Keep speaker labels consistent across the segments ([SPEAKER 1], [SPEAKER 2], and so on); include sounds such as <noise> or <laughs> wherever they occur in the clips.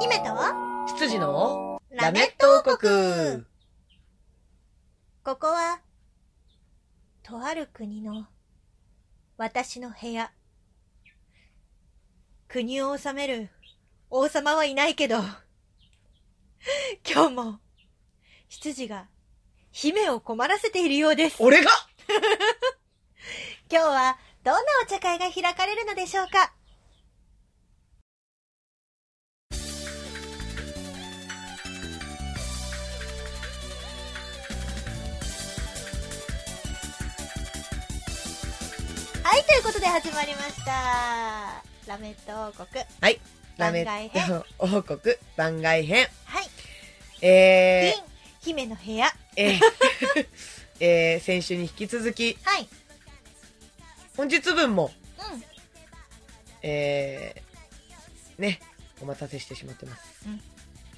[SPEAKER 1] 姫と
[SPEAKER 2] 羊の
[SPEAKER 1] ラメット
[SPEAKER 2] ト王
[SPEAKER 1] 国ここは、とある国の、私の部屋。国を治める王様はいないけど、今日も、執事が、姫を困らせているようです。
[SPEAKER 2] 俺が
[SPEAKER 1] 今日は、どんなお茶会が開かれるのでしょうかはい、ということで始まりました。ラメット王国。
[SPEAKER 2] はい。ラ
[SPEAKER 1] 番
[SPEAKER 2] メ
[SPEAKER 1] 外
[SPEAKER 2] ッ
[SPEAKER 1] 編
[SPEAKER 2] ト王国番外編。
[SPEAKER 1] はい、
[SPEAKER 2] え
[SPEAKER 1] 銀、姫の部屋。
[SPEAKER 2] ー、えー <laughs> えー先週に引き続き、
[SPEAKER 1] はい。
[SPEAKER 2] 本日分も、
[SPEAKER 1] うん。
[SPEAKER 2] えー、ね、お待たせしてしまってます。
[SPEAKER 1] うん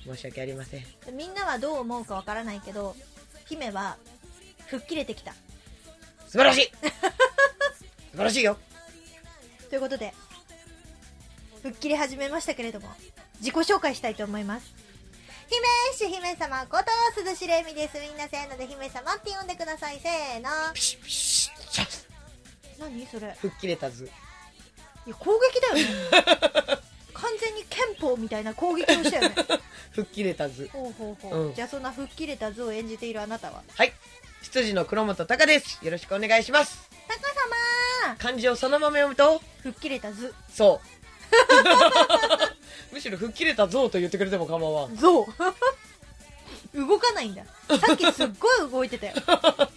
[SPEAKER 2] 申し訳ありません。
[SPEAKER 1] みんなはどう思うかわからないけど、姫は、吹っ切れてきた。
[SPEAKER 2] 素晴らしい <laughs> 素晴らしいよ
[SPEAKER 1] ということで、吹っ切り始めましたけれども、自己紹介したいと思います。姫主姫様こと、涼しれみです。みんなせーので姫様って呼んでください。せーの。
[SPEAKER 2] ピシッピシッシャッ
[SPEAKER 1] 何それ。い
[SPEAKER 2] 吹っ切れたず。
[SPEAKER 1] や、攻撃だよね。 <laughs> 完全に憲法みたいな攻撃をしたよね。
[SPEAKER 2] 吹っ切れたず。
[SPEAKER 1] ほうほうほう。
[SPEAKER 2] うん
[SPEAKER 1] じゃあそんな吹っ切れた図を演じているあなたは。
[SPEAKER 2] はい。羊の黒本隆です。よろしくお願いします。
[SPEAKER 1] タカ様
[SPEAKER 2] 漢字をそのまま読むと、
[SPEAKER 1] 吹っ切れた図。
[SPEAKER 2] そう。 <laughs> むしろ吹っ切れたぞと言ってくれても構わん。
[SPEAKER 1] ゾウ。 <laughs> 動かないんだ。さっきすっごい動いてたよ。
[SPEAKER 2] は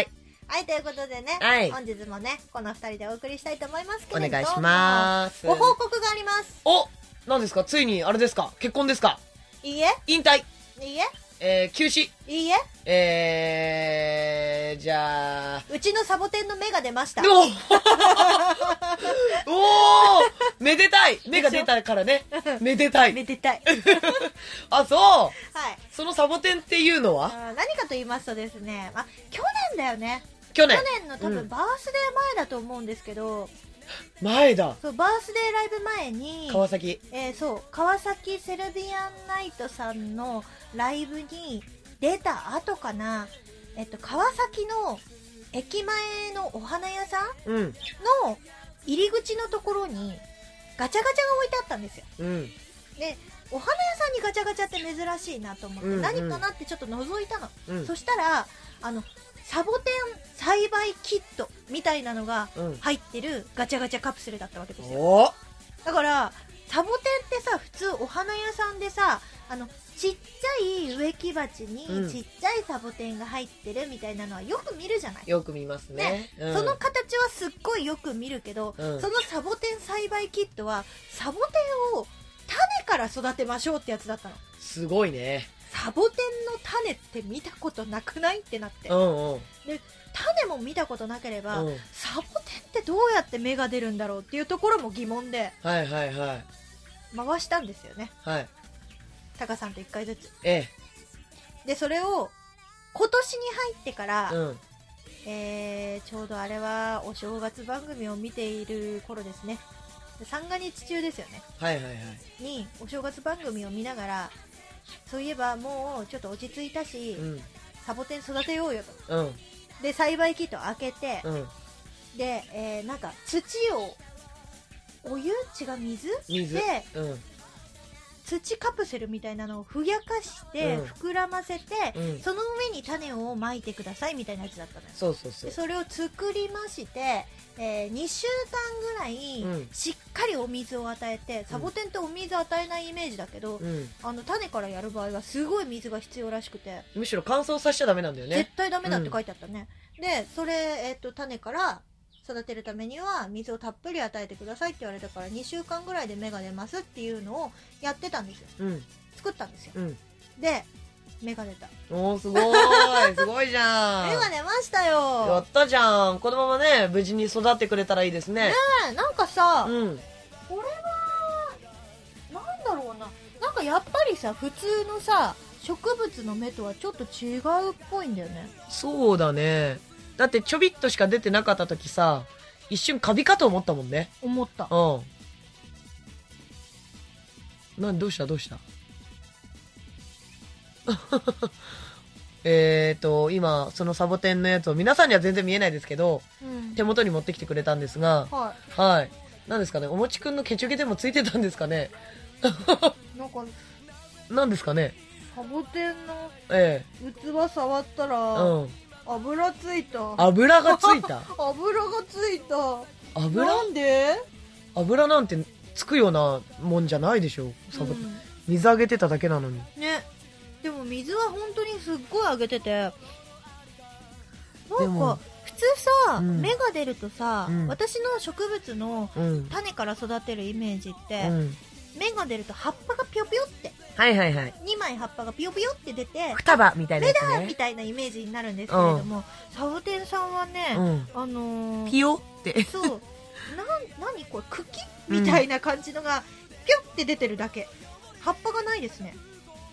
[SPEAKER 2] い。
[SPEAKER 1] はい、ということでね、
[SPEAKER 2] はい
[SPEAKER 1] 本日もね、この二人でお送りしたいと思いますけ
[SPEAKER 2] お
[SPEAKER 1] れども、
[SPEAKER 2] 願いします。
[SPEAKER 1] ご報告があります。
[SPEAKER 2] お何ですかついに、あれですか結婚ですか
[SPEAKER 1] いいえ、
[SPEAKER 2] 引退
[SPEAKER 1] いいえ、
[SPEAKER 2] えー、休止
[SPEAKER 1] いいえ、
[SPEAKER 2] えー、じゃあ、
[SPEAKER 1] うちのサボテンの芽が出ました。
[SPEAKER 2] おおー <laughs> めでたい目が出たからね。めでたい。
[SPEAKER 1] めでたい。
[SPEAKER 2] あ、そう
[SPEAKER 1] はい。
[SPEAKER 2] そのサボテンっていうのは
[SPEAKER 1] あー何かと言いますとですね、あ、去年だよね。
[SPEAKER 2] 去
[SPEAKER 1] 去
[SPEAKER 2] 年。
[SPEAKER 1] 年の多
[SPEAKER 2] う
[SPEAKER 1] 分
[SPEAKER 2] ん
[SPEAKER 1] バースデー前だと思うんですけど、
[SPEAKER 2] 前だ。
[SPEAKER 1] そう、バースデーライブ前に、
[SPEAKER 2] 川崎。
[SPEAKER 1] えーそう、川崎セルビアンナイトさんのライブに出た後かな、えっと、川崎の駅前のお花屋さん
[SPEAKER 2] うん。
[SPEAKER 1] の入り口のところにガチャガチャが置いてあったんですよ
[SPEAKER 2] うん。
[SPEAKER 1] でお花屋さんにガチャガチャって珍しいなと思って、
[SPEAKER 2] うんうん
[SPEAKER 1] 何かなってちょっと覗いたの、
[SPEAKER 2] うん
[SPEAKER 1] そ。したらあのサボテン栽培キットみたいなのが
[SPEAKER 2] うん。
[SPEAKER 1] 入ってるガチャガチャカプセルだったわけですよ
[SPEAKER 2] おー
[SPEAKER 1] だからサボテンってさ普通お花屋さんでさあのちっちゃい植木鉢に
[SPEAKER 2] うん
[SPEAKER 1] ちっちゃいサボテンが入ってるみたいなのはよく見るじゃない
[SPEAKER 2] よく見ますね。うん
[SPEAKER 1] その形はすっごいよく見るけど、
[SPEAKER 2] うん
[SPEAKER 1] そのサボテン栽培キットはサボテンを種から育てましょうってやつだったの
[SPEAKER 2] すごいね。
[SPEAKER 1] サボテンの種って見たことなくないってなって
[SPEAKER 2] うんうん。
[SPEAKER 1] 種も見たことなければ、
[SPEAKER 2] うん
[SPEAKER 1] サボテンってどうやって芽が出るんだろうっていうところも疑問で
[SPEAKER 2] はいはいはい。
[SPEAKER 1] 回したんですよね
[SPEAKER 2] はい。
[SPEAKER 1] タカさんと1回ずつ
[SPEAKER 2] え
[SPEAKER 1] でそれを今年に入ってから、
[SPEAKER 2] え。うん。
[SPEAKER 1] えーちょうどあれはお正月番組を見ている頃ですねで三が日中ですよね
[SPEAKER 2] はいはいはい。
[SPEAKER 1] にお正月番組を見ながらそういえばもうちょっと落ち着いたし、
[SPEAKER 2] うん。
[SPEAKER 1] サボテン育てようよと
[SPEAKER 2] うん。
[SPEAKER 1] で栽培キット開けて、
[SPEAKER 2] うん。
[SPEAKER 1] で、えーなんか土をお湯違う水
[SPEAKER 2] 水
[SPEAKER 1] で
[SPEAKER 2] うん。
[SPEAKER 1] 土カプセルみたいなのをふやかして
[SPEAKER 2] うん
[SPEAKER 1] 膨らませて、
[SPEAKER 2] うん。
[SPEAKER 1] その上に種をまいてくださいみたいなやつだったのよ
[SPEAKER 2] そうそうそ
[SPEAKER 1] で
[SPEAKER 2] う。
[SPEAKER 1] それを作りまして、え2週間ぐらい
[SPEAKER 2] うん
[SPEAKER 1] しっかりお水を与えて、サボテンってお水与えないイメージだけど、
[SPEAKER 2] うん。
[SPEAKER 1] あの種からやる場合はすごい水が必要らしくて、
[SPEAKER 2] むしろ乾燥させちゃダメなんだよね
[SPEAKER 1] 絶。対ダメだって書いてあったね、でそれ、えっと種から育てるためには水をたっぷり与えてくださいって言われたから2週間ぐらいで芽が出ますっていうのをやってたんですよ
[SPEAKER 2] うん。
[SPEAKER 1] 作ったんですよ
[SPEAKER 2] うん。
[SPEAKER 1] で芽が出た
[SPEAKER 2] おー、すご <laughs> ーい。すごいじゃん。
[SPEAKER 1] 芽が出ました
[SPEAKER 2] や
[SPEAKER 1] よ
[SPEAKER 2] ったじゃん。このままね、無事に育ってくれたらいいですね。
[SPEAKER 1] ねえなんかさ、
[SPEAKER 2] うん。
[SPEAKER 1] これはなんだろうななんかやっぱりさ普通のさ植物の芽とはちょっと違うっぽいんだよね
[SPEAKER 2] そうだね。だってちょびっとしか出てなかった時さ、一瞬カビかと思ったもんね。
[SPEAKER 1] 思った
[SPEAKER 2] うん。なんどうしたどうした <laughs> えっと今そのサボテンのやつを皆さんには全然見えないですけど
[SPEAKER 1] うん
[SPEAKER 2] 手元に持ってきてくれたんですが
[SPEAKER 1] は
[SPEAKER 2] はいなんですかねおもちくんのケチュゲでもついてたんですかね
[SPEAKER 1] いなんか
[SPEAKER 2] なんですかね
[SPEAKER 1] サボテンの
[SPEAKER 2] え
[SPEAKER 1] 器触った
[SPEAKER 2] え
[SPEAKER 1] ら、
[SPEAKER 2] うん
[SPEAKER 1] 油ついた
[SPEAKER 2] 油がつい <laughs> た
[SPEAKER 1] 油がついた
[SPEAKER 2] 油
[SPEAKER 1] なんで
[SPEAKER 2] 油なんてつくようなもんじゃないでしょサボテン、
[SPEAKER 1] う
[SPEAKER 2] 水あげてただけなのに
[SPEAKER 1] んねでも水は本当にすっごいあげててなん
[SPEAKER 2] で
[SPEAKER 1] か
[SPEAKER 2] も
[SPEAKER 1] 普通さ、
[SPEAKER 2] うん
[SPEAKER 1] 芽が出るとさ、
[SPEAKER 2] うん
[SPEAKER 1] 私の植物の
[SPEAKER 2] うん、
[SPEAKER 1] 種から育てるイメージっ
[SPEAKER 2] う
[SPEAKER 1] て、
[SPEAKER 2] ん、
[SPEAKER 1] 芽が出ると葉っぱがピヨピヨって
[SPEAKER 2] はいはいはい
[SPEAKER 1] 2枚葉っぱがピヨピヨって出て
[SPEAKER 2] 双葉みたいなやつ
[SPEAKER 1] み
[SPEAKER 2] ね
[SPEAKER 1] たいなイメージになるんですけれども、サボテンさんはね、
[SPEAKER 2] うん
[SPEAKER 1] あのー、
[SPEAKER 2] ピヨって <laughs>
[SPEAKER 1] そうなん何これ茎みたいな感じのがピョって出てるだけ葉っぱがないですね、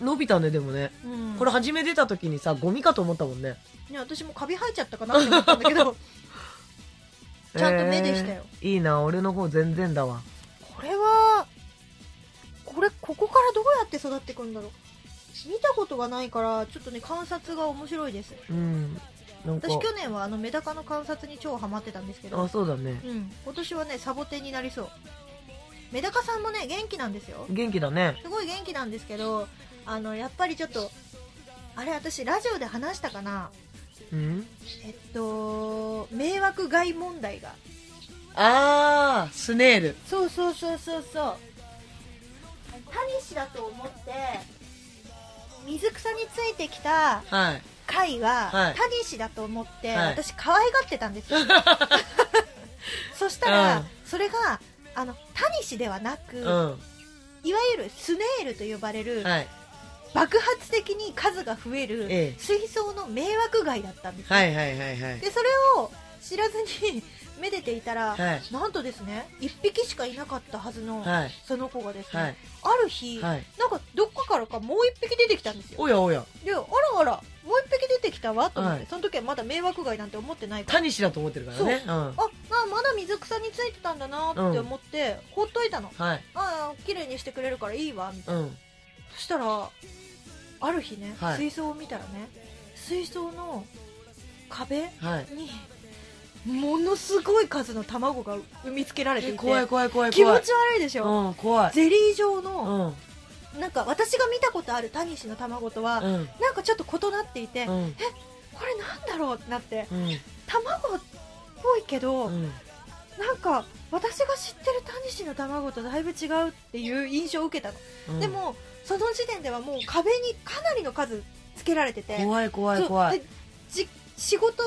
[SPEAKER 2] 伸びたねでもね
[SPEAKER 1] うん、
[SPEAKER 2] これ初め出た時にさゴミかと思ったもんね
[SPEAKER 1] ね、私もカビ生えちゃったかなって思ったんだけ
[SPEAKER 2] <laughs>
[SPEAKER 1] どちゃんと目でしたよ、
[SPEAKER 2] えーいいな俺の方全然だわ
[SPEAKER 1] これはこれここからどうやって育っていくんだろう見たことがないからちょっとね観察が面白いです
[SPEAKER 2] うんなんか
[SPEAKER 1] 私去年はあのメダカの観察に超ハマってたんですけ
[SPEAKER 2] あ
[SPEAKER 1] ど、
[SPEAKER 2] そうだね
[SPEAKER 1] うん、今年はねサボテンになりそうメダカさんもね元気なんですよ
[SPEAKER 2] 元気だね
[SPEAKER 1] すごい元気なんですけどあのやっぱりちょっとあれ私ラジオで話したかな
[SPEAKER 2] うん
[SPEAKER 1] えっと迷惑害問題が
[SPEAKER 2] あースネール
[SPEAKER 1] そうそうそうそうそうタニシだと思って水草についてきた
[SPEAKER 2] はい
[SPEAKER 1] 貝は、
[SPEAKER 2] はい
[SPEAKER 1] タニシだと思って、
[SPEAKER 2] はい
[SPEAKER 1] 私可愛がってたんです
[SPEAKER 2] <laughs>
[SPEAKER 1] よ <laughs> そしたら、
[SPEAKER 2] うん
[SPEAKER 1] それがあのタニシではなく、
[SPEAKER 2] う
[SPEAKER 1] いわ
[SPEAKER 2] ん
[SPEAKER 1] ゆるスネールと呼ばれる、
[SPEAKER 2] はい
[SPEAKER 1] 爆発的に数が増える
[SPEAKER 2] ええ
[SPEAKER 1] 水槽の迷惑害だったんですよ、
[SPEAKER 2] はいはいはいはい
[SPEAKER 1] でそれを知らずに <laughs> めでていたら、
[SPEAKER 2] はい
[SPEAKER 1] なんとですね1匹しかいなかったはずの、
[SPEAKER 2] はい
[SPEAKER 1] その子がですね、
[SPEAKER 2] はい
[SPEAKER 1] ある日、
[SPEAKER 2] はい
[SPEAKER 1] なんかどっかからかもう1匹出てきたんですよ
[SPEAKER 2] おやおや
[SPEAKER 1] であらあらもう1匹出てきたわと思って、
[SPEAKER 2] はい
[SPEAKER 1] その時はまだ迷惑害なんて思ってないから
[SPEAKER 2] タニシだと思ってるからねうん
[SPEAKER 1] あまあまだ水草についてたんだなって思って、ほっといたの
[SPEAKER 2] はい
[SPEAKER 1] ああ綺麗にしてくれるからいいわみたいな
[SPEAKER 2] うん
[SPEAKER 1] そしたらある日ね、
[SPEAKER 2] はい
[SPEAKER 1] 水槽を見たらね水槽の壁
[SPEAKER 2] はい
[SPEAKER 1] にものすごい数の卵が産みつけられてい
[SPEAKER 2] え
[SPEAKER 1] て
[SPEAKER 2] 怖い怖い怖い
[SPEAKER 1] 気持
[SPEAKER 2] 怖い
[SPEAKER 1] ち悪いでしょ、
[SPEAKER 2] うん怖い
[SPEAKER 1] ゼリー状
[SPEAKER 2] う
[SPEAKER 1] の、
[SPEAKER 2] んうん
[SPEAKER 1] なんか私が見たことあるタニシの卵とは、
[SPEAKER 2] うん
[SPEAKER 1] なんかちょっと異なっていて、
[SPEAKER 2] う
[SPEAKER 1] こ
[SPEAKER 2] ん
[SPEAKER 1] れなんだろうってなって
[SPEAKER 2] うん
[SPEAKER 1] 卵っぽいけど、
[SPEAKER 2] うん
[SPEAKER 1] なんか私が知ってるタニシの卵とだいぶ違うっていう印象を受けたの、
[SPEAKER 2] うん
[SPEAKER 1] でもその時点ではもう壁にかなりの数つけられてて
[SPEAKER 2] 怖い怖い怖い
[SPEAKER 1] そうでじ仕事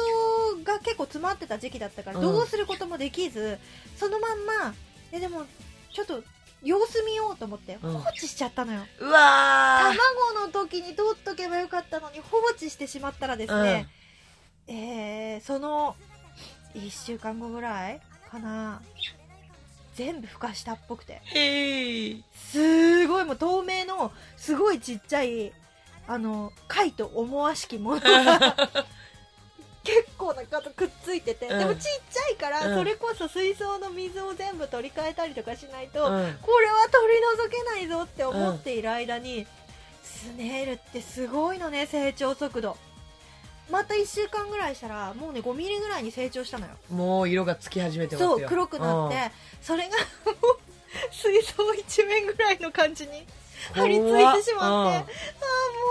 [SPEAKER 1] が結構詰まってた時期だったから
[SPEAKER 2] うん
[SPEAKER 1] どうすることもできず、そのまんまえでもちょっと様子見ようと思って
[SPEAKER 2] うん
[SPEAKER 1] 放置しちゃったのよ、
[SPEAKER 2] うわ
[SPEAKER 1] 卵の時に取っとけばよかったのに放置してしまったらです
[SPEAKER 2] ー
[SPEAKER 1] ね、えーその1週間後ぐらいかな全部孵化したっぽくて
[SPEAKER 2] うんへい
[SPEAKER 1] すごいもう透明のすごいちっちゃいあの貝と思わしきもの
[SPEAKER 2] <laughs>
[SPEAKER 1] が結構な数くっついてて、
[SPEAKER 2] うん
[SPEAKER 1] でもちっちゃいから、
[SPEAKER 2] うん
[SPEAKER 1] それこそ水槽の水を全部取り替えたりとかしないと、
[SPEAKER 2] うん
[SPEAKER 1] これは取り除けないぞって思っている間に、スネールってすごいのね成長速度また1週間ぐらいしたらもうね5ミリぐらいに成長したのよ
[SPEAKER 2] もう色がつき始めてますよ
[SPEAKER 1] そう黒くなって、それがもう水槽一面ぐらいの感じに
[SPEAKER 2] うん
[SPEAKER 1] 張り付いてしまっ
[SPEAKER 2] 怖
[SPEAKER 1] て、ああもう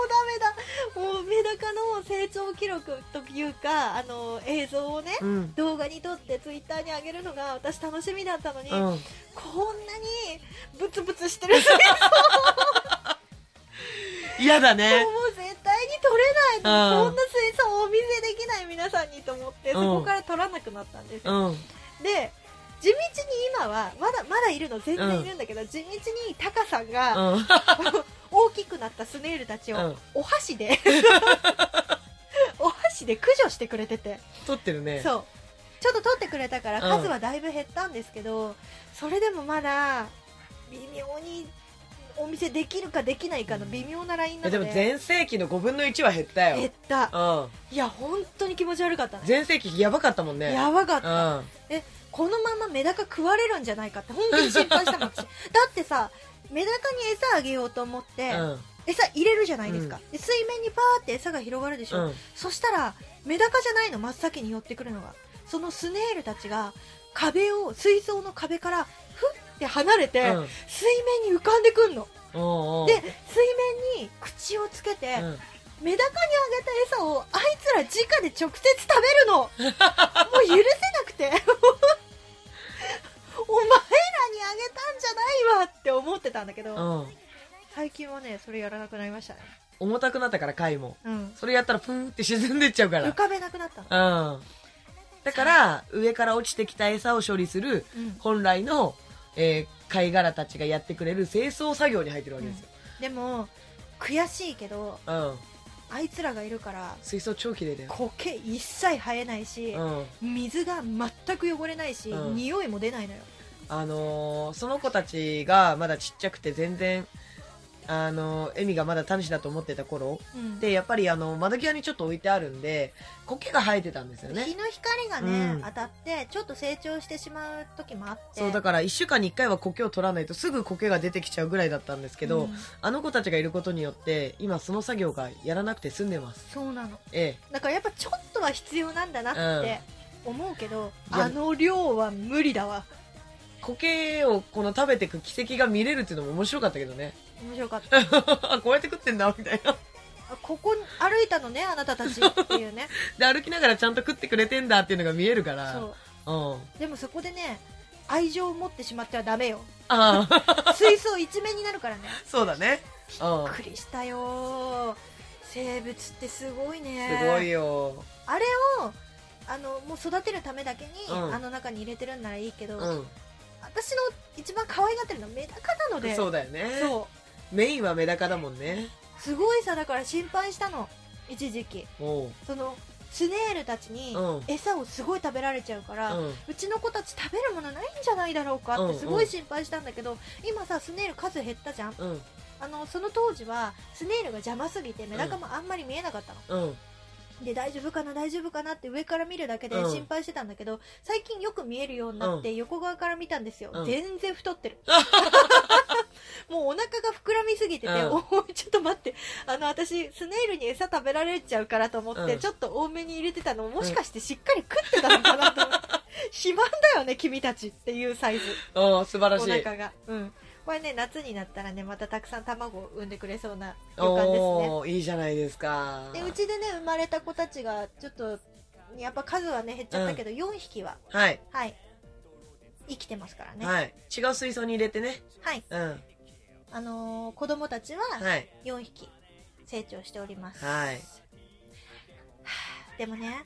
[SPEAKER 1] ダメだもうメダカの成長記録というかあの映像をね
[SPEAKER 2] うんうん
[SPEAKER 1] 動画に撮ってツイッターに上げるのが私楽しみだったのに、
[SPEAKER 2] うん
[SPEAKER 1] こんなにブツブツしてるも
[SPEAKER 2] 嫌だね
[SPEAKER 1] う絶対に撮れない
[SPEAKER 2] うん
[SPEAKER 1] こんな水槽をお見せできない皆さんにと思って
[SPEAKER 2] うん
[SPEAKER 1] そこから撮らなくなったんです
[SPEAKER 2] う
[SPEAKER 1] よ、
[SPEAKER 2] ん
[SPEAKER 1] で地道に今はまだまだいるの全然いるんだけど、地道にタカさんが、
[SPEAKER 2] うん
[SPEAKER 1] <laughs> 大きくなったスネールたちを、
[SPEAKER 2] うん
[SPEAKER 1] お箸
[SPEAKER 2] <laughs>
[SPEAKER 1] でお箸で駆除してくれてて、
[SPEAKER 2] 撮ってるね
[SPEAKER 1] そうちょっと取ってくれたから
[SPEAKER 2] うん
[SPEAKER 1] 数はだいぶ減ったんですけど、それでもまだ微妙にお見せできるかできないかの微妙なラインな
[SPEAKER 2] え
[SPEAKER 1] ので
[SPEAKER 2] でも全盛期の5分の1は減った
[SPEAKER 1] 減っ
[SPEAKER 2] よ
[SPEAKER 1] た
[SPEAKER 2] うん
[SPEAKER 1] いや本当に気持ち悪かったね
[SPEAKER 2] 全盛期やばかったもんね
[SPEAKER 1] やばかった
[SPEAKER 2] うん <laughs>
[SPEAKER 1] えこのままメダカ食われるんじゃないかって本気に心配したもん私だってさメダカに餌あげようと思って、
[SPEAKER 2] うん
[SPEAKER 1] 餌入れるじゃないですか、
[SPEAKER 2] う
[SPEAKER 1] で水面にパーって餌が広がるでしょ、
[SPEAKER 2] うん
[SPEAKER 1] そしたらメダカじゃないの真っ先に寄ってくるのがそのスネールたちが壁を水槽の壁からふって離れて、
[SPEAKER 2] うん
[SPEAKER 1] 水面に浮かんでくんの
[SPEAKER 2] おうおう
[SPEAKER 1] で水面に口をつけて、
[SPEAKER 2] うん
[SPEAKER 1] メダカにあげた餌をあいつら直で直接食べる
[SPEAKER 2] <laughs>
[SPEAKER 1] のもう許せなくて <laughs> お前らにあげたんじゃないわって思ってたんだけど、
[SPEAKER 2] うん
[SPEAKER 1] 最近はねそれやらなくなりましたね
[SPEAKER 2] 重たくなったから貝も
[SPEAKER 1] うん
[SPEAKER 2] それやったらプーンって沈んでっちゃうか
[SPEAKER 1] 浮
[SPEAKER 2] ら
[SPEAKER 1] かべなくなったの、
[SPEAKER 2] うんだから上から落ちてきた餌を処理する
[SPEAKER 1] うん
[SPEAKER 2] 本来の、えー貝殻たちがやってくれる清掃作業に入ってるわけですよ、
[SPEAKER 1] でも悔しいけど
[SPEAKER 2] うん
[SPEAKER 1] あいつらがいるから
[SPEAKER 2] 水槽超綺麗だよ、
[SPEAKER 1] 苔一切生えないし、
[SPEAKER 2] うん、
[SPEAKER 1] 水が全く汚れないし、
[SPEAKER 2] うん
[SPEAKER 1] 匂いも出ないのよ
[SPEAKER 2] あのーその子たちがまだちっちゃくて全然あのー、エミがまだタヌシだと思ってた頃
[SPEAKER 1] うん
[SPEAKER 2] でやっぱりあの窓際にちょっと置いてあるんで苔が生えてたんですよね
[SPEAKER 1] 日の光がね、
[SPEAKER 2] うん
[SPEAKER 1] 当たってちょっと成長してしまう時もあって
[SPEAKER 2] そうだから1週間に1回は苔を取らないとすぐ苔が出てきちゃうぐらいだったんですけど、
[SPEAKER 1] うん
[SPEAKER 2] あの子たちがいることによって今その作業がやらなくて済んでます
[SPEAKER 1] そうなの
[SPEAKER 2] え
[SPEAKER 1] だからやっぱちょっとは必要なんだなって思うけど、
[SPEAKER 2] いや
[SPEAKER 1] あの量は無理だわ
[SPEAKER 2] え苔をこの食べてく奇跡が見れるっていうのも面白かったけどね <laughs>
[SPEAKER 1] 面白かった
[SPEAKER 2] こうやって食ってんだみたいな
[SPEAKER 1] あここに歩いたのねあなたたちっていう
[SPEAKER 2] <laughs>
[SPEAKER 1] ね
[SPEAKER 2] で歩きながらちゃんと食ってくれてんだっていうのが見えるから
[SPEAKER 1] そう
[SPEAKER 2] うん
[SPEAKER 1] でもそこでね愛情を持ってしまってはダメよ
[SPEAKER 2] ああ
[SPEAKER 1] 水槽一面になるからね
[SPEAKER 2] <laughs> そうだねう
[SPEAKER 1] び
[SPEAKER 2] ん
[SPEAKER 1] っくりしたよ生物ってすごいね
[SPEAKER 2] すごいよ
[SPEAKER 1] あれをあのもう育てるためだけに、
[SPEAKER 2] うん
[SPEAKER 1] あの中に入れてるんならいいけど、
[SPEAKER 2] うん
[SPEAKER 1] 私の一番可愛がってるのはメダカなので
[SPEAKER 2] そうだよね
[SPEAKER 1] そう
[SPEAKER 2] メインはメダカだもんね
[SPEAKER 1] すごいさだから心配したの一時期
[SPEAKER 2] おう
[SPEAKER 1] そのスネールたちに
[SPEAKER 2] うん
[SPEAKER 1] 餌をすごい食べられちゃうから、う
[SPEAKER 2] うん
[SPEAKER 1] ちの子たち食べるものないんじゃないだろうかってすごい心配したんだけど、今さスネール数減ったじゃん
[SPEAKER 2] うん
[SPEAKER 1] あのその当時はスネールが邪魔すぎてメダカもあんまり見えなかったの、
[SPEAKER 2] うん
[SPEAKER 1] で大丈夫かな大丈夫かなって上から見るだけで
[SPEAKER 2] うん
[SPEAKER 1] 心配してたんだけど、最近よく見えるようになって横側から見たんですよ、
[SPEAKER 2] うん
[SPEAKER 1] 全然太
[SPEAKER 2] <laughs>
[SPEAKER 1] ってる <laughs> もうお腹が膨らみすぎてて、
[SPEAKER 2] うん
[SPEAKER 1] おいちょっと待ってあの私スネイルに餌食べられちゃうからと思って、
[SPEAKER 2] うん
[SPEAKER 1] ちょっと多めに入れてたのもしかしてしっかり食ってたのかなと
[SPEAKER 2] <laughs>
[SPEAKER 1] 思って肥満だよね君たちっていうサイズ
[SPEAKER 2] おう素晴
[SPEAKER 1] お
[SPEAKER 2] らしい
[SPEAKER 1] 腹がうんこれね夏になったらねまたたくさん卵を産んでくれそうな予感ですね
[SPEAKER 2] おおーいいじゃないですか
[SPEAKER 1] でうちでね生まれた子たちがちょっとやっぱ数はね減っちゃったけど、4匹は
[SPEAKER 2] はい、
[SPEAKER 1] はい生きてますからねはい、
[SPEAKER 2] はい違う水槽に入れてねうん
[SPEAKER 1] あのー子供たちは
[SPEAKER 2] はい
[SPEAKER 1] 4匹成長しております、
[SPEAKER 2] はい
[SPEAKER 1] <sighs> でもね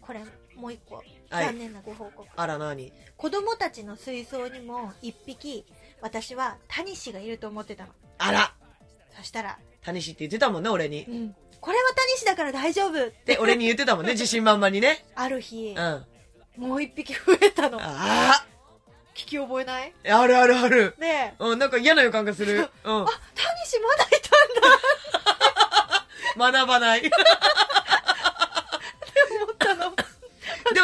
[SPEAKER 1] これもう一個
[SPEAKER 2] はい
[SPEAKER 1] 残念なご報告、
[SPEAKER 2] あら何
[SPEAKER 1] 子供たちの水槽にも1匹私はタニシがいると思ってたの
[SPEAKER 2] あら
[SPEAKER 1] そしたら
[SPEAKER 2] タニシって言ってたもんね
[SPEAKER 1] 「
[SPEAKER 2] 俺
[SPEAKER 1] う
[SPEAKER 2] に
[SPEAKER 1] んこれはタニシだから大丈夫」って
[SPEAKER 2] で俺に言ってた <laughs> もんね自信満々にね
[SPEAKER 1] ある日
[SPEAKER 2] うん、あ
[SPEAKER 1] もう1匹増えたの
[SPEAKER 2] あ
[SPEAKER 1] 聞き覚えない
[SPEAKER 2] ーあるあるある
[SPEAKER 1] で
[SPEAKER 2] うんなんか嫌な予感がす <laughs> るうん
[SPEAKER 1] あ、タニシまだいたんだ
[SPEAKER 2] 学ばない <laughs> で
[SPEAKER 1] って思ったの。
[SPEAKER 2] も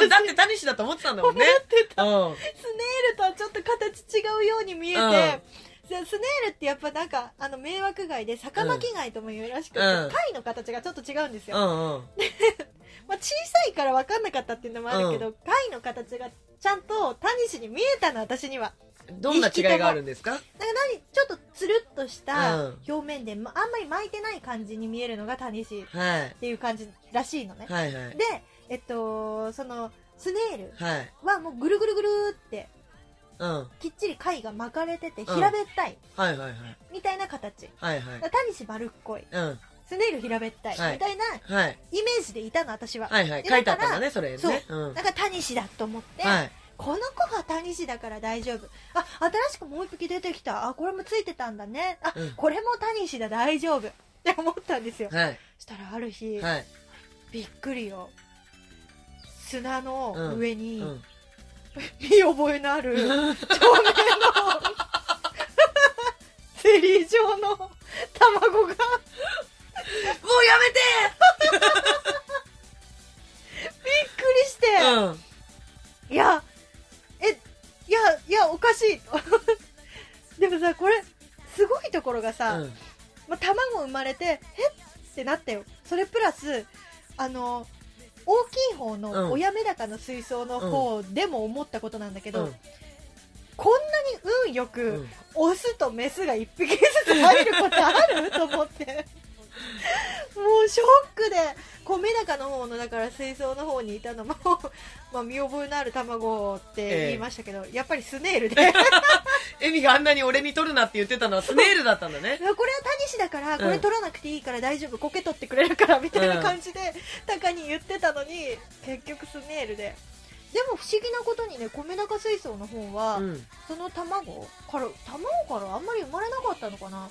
[SPEAKER 2] だってタニシだと思ってたんだも <laughs> んね
[SPEAKER 1] 思って
[SPEAKER 2] うん
[SPEAKER 1] スネイルとはちょっと形違うように見えて、
[SPEAKER 2] うん
[SPEAKER 1] でスネイルってやっぱなんか、あの、迷惑貝で、魚巻き貝とも言うらしくて、
[SPEAKER 2] うん
[SPEAKER 1] 貝の形がちょっと違うんですよ。
[SPEAKER 2] うんうん
[SPEAKER 1] まあ、小さいから分かんなかったっていうのもあるけど、貝の形がちゃんとタニシに見えたの、私には。
[SPEAKER 2] どんな違いがあるんですか
[SPEAKER 1] なんか何、ちょっとつるっとした
[SPEAKER 2] うん
[SPEAKER 1] 表面で、まあんまり巻いてない感じに見えるのがタニシっ
[SPEAKER 2] はい
[SPEAKER 1] ていう感じらしいのね。
[SPEAKER 2] はいはい
[SPEAKER 1] で、えっと、その、スネイル
[SPEAKER 2] はい
[SPEAKER 1] はもうぐるぐるぐるって
[SPEAKER 2] うんは
[SPEAKER 1] きっちり貝が巻かれてて
[SPEAKER 2] うん
[SPEAKER 1] 平べったい
[SPEAKER 2] いはいはい
[SPEAKER 1] みたいな形、
[SPEAKER 2] はいはい
[SPEAKER 1] タニシ丸っこい
[SPEAKER 2] うん
[SPEAKER 1] スネイル平べったいみ
[SPEAKER 2] はい
[SPEAKER 1] たいな
[SPEAKER 2] はい
[SPEAKER 1] イメージでいたの私は、
[SPEAKER 2] はいはい
[SPEAKER 1] で
[SPEAKER 2] 書いてあったんだ
[SPEAKER 1] から
[SPEAKER 2] ねそれね
[SPEAKER 1] そう、
[SPEAKER 2] うん
[SPEAKER 1] なんかタニシだと思って、
[SPEAKER 2] はい
[SPEAKER 1] この子がタニシだから大丈夫あ新しくもう一匹出てきたあこれもついてたんだねあ、
[SPEAKER 2] うん
[SPEAKER 1] これもタニシだ大丈夫って思ったんですよ、
[SPEAKER 2] はい
[SPEAKER 1] そしたらある日、
[SPEAKER 2] はい
[SPEAKER 1] びっくりよ砂の上に
[SPEAKER 2] うん
[SPEAKER 1] 見覚えのあ <laughs> る透明のゼリー状の卵が
[SPEAKER 2] もうやめて
[SPEAKER 1] びっくりして、
[SPEAKER 2] うん
[SPEAKER 1] いや <laughs> えいやいやおかしいでもさこれすごいところがさ、
[SPEAKER 2] うん
[SPEAKER 1] まあ、卵生まれてえっってなったよそれプラスあの大きい方
[SPEAKER 2] うん
[SPEAKER 1] の親メダカの水槽の方でも思ったことなんだけど、
[SPEAKER 2] うん
[SPEAKER 1] こんなに運よく、
[SPEAKER 2] うん
[SPEAKER 1] オスとメスが1匹ずつ入ることあると思ってもうショックで米高の方のだから水槽の方にいたのも、 <laughs> まあ、見覚えのある卵って言いましたけど、やっぱりスネールでいや <laughs> こ
[SPEAKER 2] エミがあんなに俺に取るなって言ってたのはスネールだったんだね
[SPEAKER 1] れはタニシだからこ
[SPEAKER 2] う
[SPEAKER 1] れ
[SPEAKER 2] ん
[SPEAKER 1] 取らなくていいから大丈夫コケ取ってくれるからみたい
[SPEAKER 2] うん
[SPEAKER 1] な感じでタカに言ってたのに結局スネールで。でも不思議なことにね米高水槽の方は、
[SPEAKER 2] うん
[SPEAKER 1] その卵から卵からあんまり生まれなかったのかな、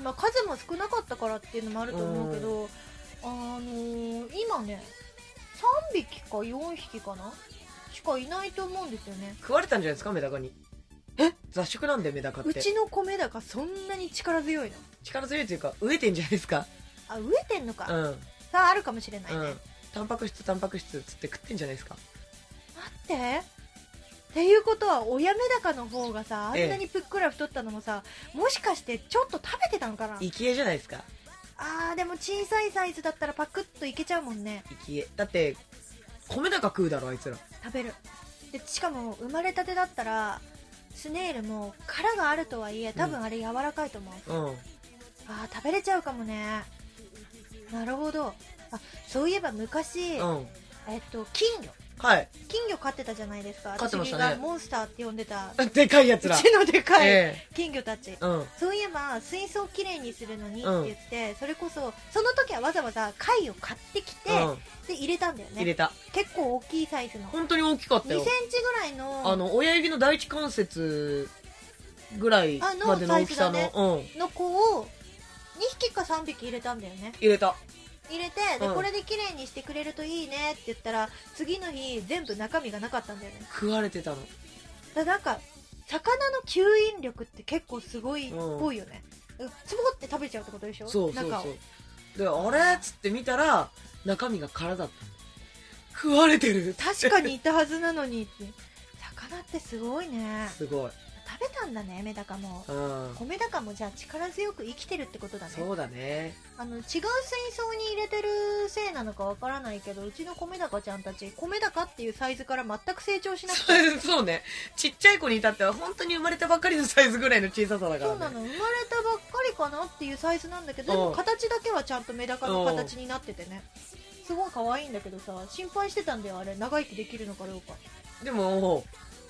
[SPEAKER 1] まあ、数も少なかったからっていうのもあると思うけど、あのー今ね3匹か4匹かなしかいないと思うんですよね
[SPEAKER 2] 食われたんじゃないですかメダカにえ雑食なんでメダカっ
[SPEAKER 1] う
[SPEAKER 2] て
[SPEAKER 1] ちの米だからそんなに力強いの
[SPEAKER 2] 力強いというか飢えてんじゃないですか
[SPEAKER 1] あ飢えてんのか、
[SPEAKER 2] う
[SPEAKER 1] さ
[SPEAKER 2] んうん
[SPEAKER 1] ああるかもしれないね、
[SPEAKER 2] タンパク質タンパク質つって食ってんじゃないですか
[SPEAKER 1] 待ってっていうことは親メダカの方がさあ
[SPEAKER 2] ええ
[SPEAKER 1] んなにぷっくら太ったのもさ、もしかしてちょっと食べてたのかな
[SPEAKER 2] 生き餌じゃないですか
[SPEAKER 1] あーでも小さいサイズだったらパクッといけちゃうもんね
[SPEAKER 2] 生き餌だって米なんか食うだろあいつら
[SPEAKER 1] 食べるでしかも生まれたてだったらスネールも殻があるとはいえ多分あれ柔らかいと思う、
[SPEAKER 2] うん
[SPEAKER 1] あー食べれちゃうかもねなるほどあそういえば昔、
[SPEAKER 2] うん
[SPEAKER 1] えっと金魚
[SPEAKER 2] はい <laughs>
[SPEAKER 1] 金魚飼ってたじゃないですか
[SPEAKER 2] 飼ってましたね
[SPEAKER 1] 私がモンスターって呼んでた
[SPEAKER 2] でかいやつ
[SPEAKER 1] う
[SPEAKER 2] ら
[SPEAKER 1] ちのでかい
[SPEAKER 2] え
[SPEAKER 1] 金魚たち、
[SPEAKER 2] えうん
[SPEAKER 1] そういえば水槽をきれいにするのにって
[SPEAKER 2] うん
[SPEAKER 1] 言って、それこそその時はわざわざ貝を買ってきて、
[SPEAKER 2] うん
[SPEAKER 1] で入れたんだよ
[SPEAKER 2] 入
[SPEAKER 1] ね
[SPEAKER 2] れた
[SPEAKER 1] 結構大きいサイズの
[SPEAKER 2] 本当に大きか
[SPEAKER 1] 2
[SPEAKER 2] った
[SPEAKER 1] セン
[SPEAKER 2] よ
[SPEAKER 1] チぐらいの
[SPEAKER 2] あの親指の第一関節ぐらいまでの大きさの
[SPEAKER 1] あのサイズ
[SPEAKER 2] うん
[SPEAKER 1] の子を2匹か3匹入れたんだよね
[SPEAKER 2] 入れた
[SPEAKER 1] 入れてで、
[SPEAKER 2] うん
[SPEAKER 1] これで綺麗にしてくれるといいねって言ったら次の日全部中身がなかったんだよね
[SPEAKER 2] 食われてたの
[SPEAKER 1] だからなんか魚の吸引力って結構すごいっぽいよね、うん、つぼって食べちゃうってことでしょ
[SPEAKER 2] そうそう
[SPEAKER 1] 中
[SPEAKER 2] そ
[SPEAKER 1] を
[SPEAKER 2] うであれっつって見たら中身が殻だったの食われてる
[SPEAKER 1] 確かにいたはずなのにって魚ってすごいね
[SPEAKER 2] すごい
[SPEAKER 1] 食べたんだねメダカも
[SPEAKER 2] うん
[SPEAKER 1] 米ダカもじゃあ力強く生きてるってことだね
[SPEAKER 2] そうだね
[SPEAKER 1] あの違う水槽に入れてるせいなのかわからないけどうちの米高ちゃんたち米高っていうサイズから全く成長しなくて
[SPEAKER 2] <laughs> そうねちっちゃい子に至っては本当に生まれたばっかりのサイズぐらいの小ささだから、ね、
[SPEAKER 1] そうなの生まれたばっかりかなっていうサイズなんだけどで
[SPEAKER 2] う
[SPEAKER 1] も
[SPEAKER 2] ん
[SPEAKER 1] 形だけはちゃんとメダカの形になっててねすごい可愛いんだけどさ心配してたんだよあれ長生きできるのかどうか
[SPEAKER 2] でも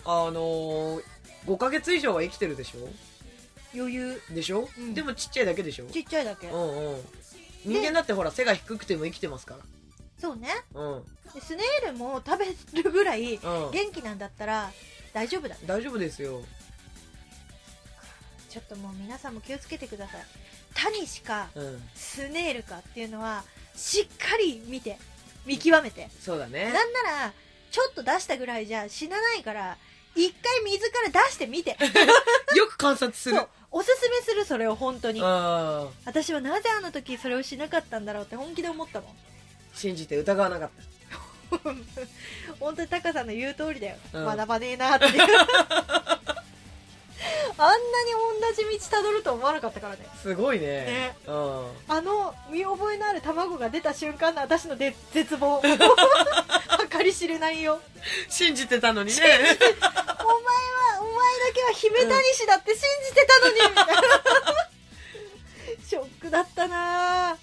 [SPEAKER 2] あのー、5ヶ月以上は生きてるでしょ
[SPEAKER 1] 余裕
[SPEAKER 2] でしょ、
[SPEAKER 1] うん
[SPEAKER 2] でもちっちゃいだけでしょ
[SPEAKER 1] ちっちゃいだけ
[SPEAKER 2] うんうん人間だってほら背が低くても生きてますか
[SPEAKER 1] そうね
[SPEAKER 2] らうん、うん、
[SPEAKER 1] でスネールも食べるぐらい元気なんだったら大丈夫だね
[SPEAKER 2] 大丈夫ですよ
[SPEAKER 1] ちょっともう皆さんも気をつけてくださいタニシか
[SPEAKER 2] うん
[SPEAKER 1] スネールかっていうのはしっかり見て見極めて
[SPEAKER 2] そうだ
[SPEAKER 1] な
[SPEAKER 2] ね
[SPEAKER 1] んならちょっと出したぐらいじゃ死なないから一回水から出してみて
[SPEAKER 2] よく観察する
[SPEAKER 1] そうおすすめするそれを本当に
[SPEAKER 2] ああ
[SPEAKER 1] 私はなぜあの時それをしなかったんだろうって本気で思
[SPEAKER 2] <laughs>
[SPEAKER 1] ったもん
[SPEAKER 2] 信じて疑わなかっ
[SPEAKER 1] 本当にタカさんの言う通りだよ、
[SPEAKER 2] うん
[SPEAKER 1] 学ばねえなって
[SPEAKER 2] <laughs>
[SPEAKER 1] あんなに同じ道たどると思わなかったからね
[SPEAKER 2] たすごいね
[SPEAKER 1] ね
[SPEAKER 2] うん
[SPEAKER 1] あの見覚えのある卵が出た瞬間の私ので絶 <laughs> 望計り知れないよ
[SPEAKER 2] 信じてたのにね <laughs>
[SPEAKER 1] お前はお前だけは姫谷氏だって信じてたのに、みたいな <laughs> ショックだったなぁ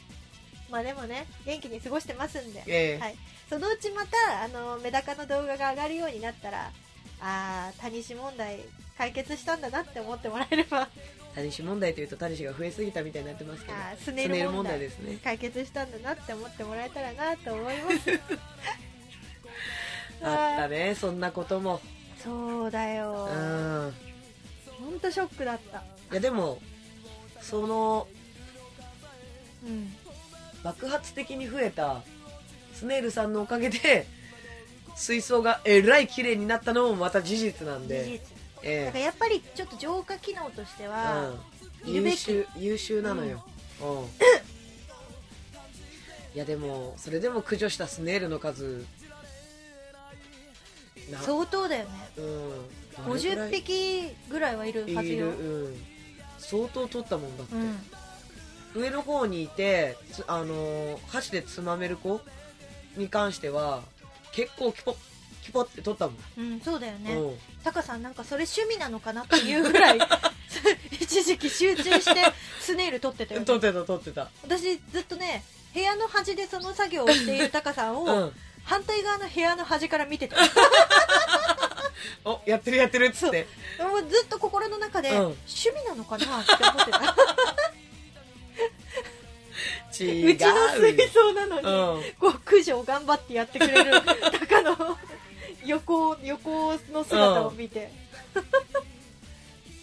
[SPEAKER 1] まあでもね元気に過ごしてますんで、
[SPEAKER 2] ええ
[SPEAKER 1] はい、そのうちまたあのメダカの動画が上がるようになったらあー谷氏問題解決したんだなって思ってもらえれ <laughs> ば
[SPEAKER 2] タニシ問題というとタニシが増えすぎたみたいになってますけど
[SPEAKER 1] あース
[SPEAKER 2] ス
[SPEAKER 1] ネ
[SPEAKER 2] ネ
[SPEAKER 1] イル問題
[SPEAKER 2] ール問題ですね
[SPEAKER 1] 解決したんだなって思ってもらえたらなと思います
[SPEAKER 2] <laughs> あったねそんなことも
[SPEAKER 1] そうだ
[SPEAKER 2] う
[SPEAKER 1] よ
[SPEAKER 2] ん
[SPEAKER 1] ほんとショックだった
[SPEAKER 2] いやでもその
[SPEAKER 1] うん
[SPEAKER 2] 爆発的に増えたスネールさんのおかげで水槽がえらい綺麗になったのもまた事実なん
[SPEAKER 1] 事
[SPEAKER 2] で、
[SPEAKER 1] 実だ
[SPEAKER 2] え
[SPEAKER 1] からやっぱりちょっと浄化機能として
[SPEAKER 2] え
[SPEAKER 1] は、
[SPEAKER 2] うん、
[SPEAKER 1] いるべ
[SPEAKER 2] 優
[SPEAKER 1] き
[SPEAKER 2] 秀優秀なのよ、うんいやでもそれでも駆除したスネールの数な
[SPEAKER 1] 相当だよね
[SPEAKER 2] うんどれぐら
[SPEAKER 1] 50
[SPEAKER 2] い
[SPEAKER 1] 匹ぐらいはいるはいずよ
[SPEAKER 2] る、うん、相当取ったもんだって、
[SPEAKER 1] うん
[SPEAKER 2] 上の方にいてつあのー箸でつまめる子に関しては結構キポキポって取ったもん、
[SPEAKER 1] うん、そうだよね、
[SPEAKER 2] うん
[SPEAKER 1] タカさんなんかそれ趣味なのかなっていうぐら
[SPEAKER 2] <laughs>
[SPEAKER 1] い一時期集中してスネイル撮ってたよ、ね、
[SPEAKER 2] 取ってた取ってた
[SPEAKER 1] 私ずっとね部屋の端でその作業をしているタカさん
[SPEAKER 2] う
[SPEAKER 1] を
[SPEAKER 2] ん
[SPEAKER 1] 反対側の部屋の端から見て
[SPEAKER 2] <laughs>
[SPEAKER 1] た、
[SPEAKER 2] おやってるやってるっつって
[SPEAKER 1] もうずっと心の中で、
[SPEAKER 2] うん
[SPEAKER 1] 趣味なのかなって思ってた
[SPEAKER 2] <laughs> 違
[SPEAKER 1] うちの水槽なのに、
[SPEAKER 2] うん
[SPEAKER 1] こう駆除を頑張ってやってく
[SPEAKER 2] <laughs>
[SPEAKER 1] れるタカの横を横の姿を見て、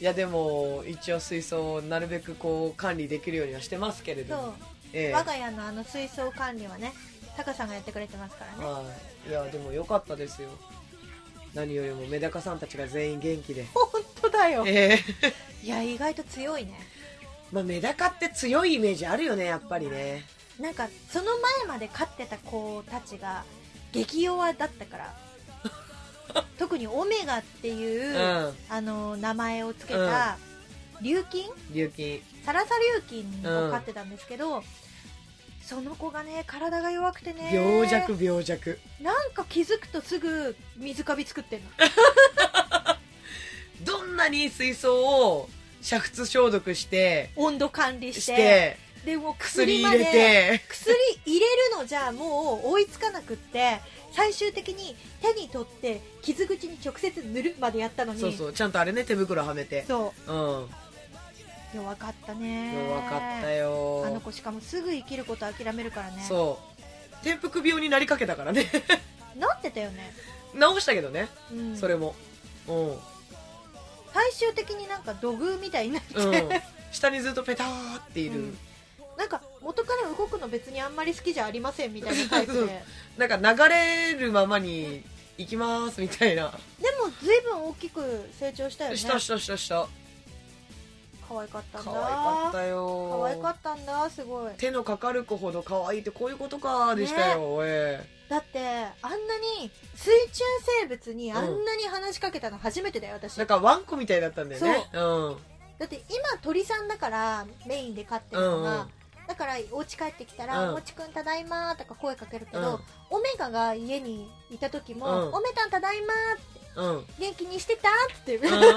[SPEAKER 2] いやでも一応水槽をなるべくこう管理できるようにはしてますけれど
[SPEAKER 1] そう
[SPEAKER 2] も、ええ
[SPEAKER 1] 我が家のあの水槽管理はねタカさんがやってくれてますからね
[SPEAKER 2] はいいやでも良かったですよ何よりもメダカさんたちが全員元気で
[SPEAKER 1] 本当だよ
[SPEAKER 2] ええ <laughs>
[SPEAKER 1] いや意外と強いね
[SPEAKER 2] まあメダカって強いイメージあるよねやっぱりね
[SPEAKER 1] なんかその前まで飼ってた子たちが激弱だったから
[SPEAKER 2] <laughs>
[SPEAKER 1] 特にオメガっていうう、
[SPEAKER 2] ん
[SPEAKER 1] あの名前をつけた琉金
[SPEAKER 2] 琉金
[SPEAKER 1] サラサ琉金を飼ってたんですけど、その子がね体が弱くてね
[SPEAKER 2] 病弱病弱
[SPEAKER 1] なんか気づくとすぐ水カビ作ってんの
[SPEAKER 2] どんなに水槽を煮沸消毒して
[SPEAKER 1] 温度管理して
[SPEAKER 2] して
[SPEAKER 1] でもう薬
[SPEAKER 2] 薬
[SPEAKER 1] ま
[SPEAKER 2] 入
[SPEAKER 1] で
[SPEAKER 2] れて
[SPEAKER 1] 薬入れるのじゃもう追いつかなくって最終的に手に取って傷口に直接塗るまでやったのに
[SPEAKER 2] そうそうちゃんとあれね手袋はめて
[SPEAKER 1] そ
[SPEAKER 2] うん
[SPEAKER 1] う弱かったね
[SPEAKER 2] 弱かった
[SPEAKER 1] あの
[SPEAKER 2] よ
[SPEAKER 1] 子しかもすぐ生きること諦めるからね
[SPEAKER 2] そう転覆病になりかけたからね <laughs>
[SPEAKER 1] なってたよね、
[SPEAKER 2] 直したけどね
[SPEAKER 1] うん、
[SPEAKER 2] それも
[SPEAKER 1] <laughs>
[SPEAKER 2] うん
[SPEAKER 1] 最終的になんか土偶みたいになって、
[SPEAKER 2] うん下にずっとペターっている、
[SPEAKER 1] うんなんか元から動くの別にあんまり好きじゃありませんみたいなタイプで
[SPEAKER 2] そう
[SPEAKER 1] で
[SPEAKER 2] なんか流れるままに行きますみたいな、
[SPEAKER 1] も随分大きく成長したよね
[SPEAKER 2] したしたしたした
[SPEAKER 1] 可愛かったんだ
[SPEAKER 2] 可愛かったよ
[SPEAKER 1] 可愛かったんだすごい
[SPEAKER 2] 手のかかる子ほど可愛いってこういうことかでしたよ、え
[SPEAKER 1] だってあんなに水中生物にあんなに話しかけたの初めてだよ私
[SPEAKER 2] えなんかワンコみたいだったんだよねう
[SPEAKER 1] だって今鳥さんだからメインで飼ってるのが、
[SPEAKER 2] うんうん
[SPEAKER 1] だからお家帰ってきたら「
[SPEAKER 2] うん
[SPEAKER 1] もちくんただいま」とか声かけるけ
[SPEAKER 2] う
[SPEAKER 1] ど
[SPEAKER 2] ん、
[SPEAKER 1] オメガが家にいた時も「
[SPEAKER 2] うん
[SPEAKER 1] オメタンただいま
[SPEAKER 2] ん
[SPEAKER 1] <laughs>
[SPEAKER 2] うん、うん、
[SPEAKER 1] 元気にしてた?」って、水槽に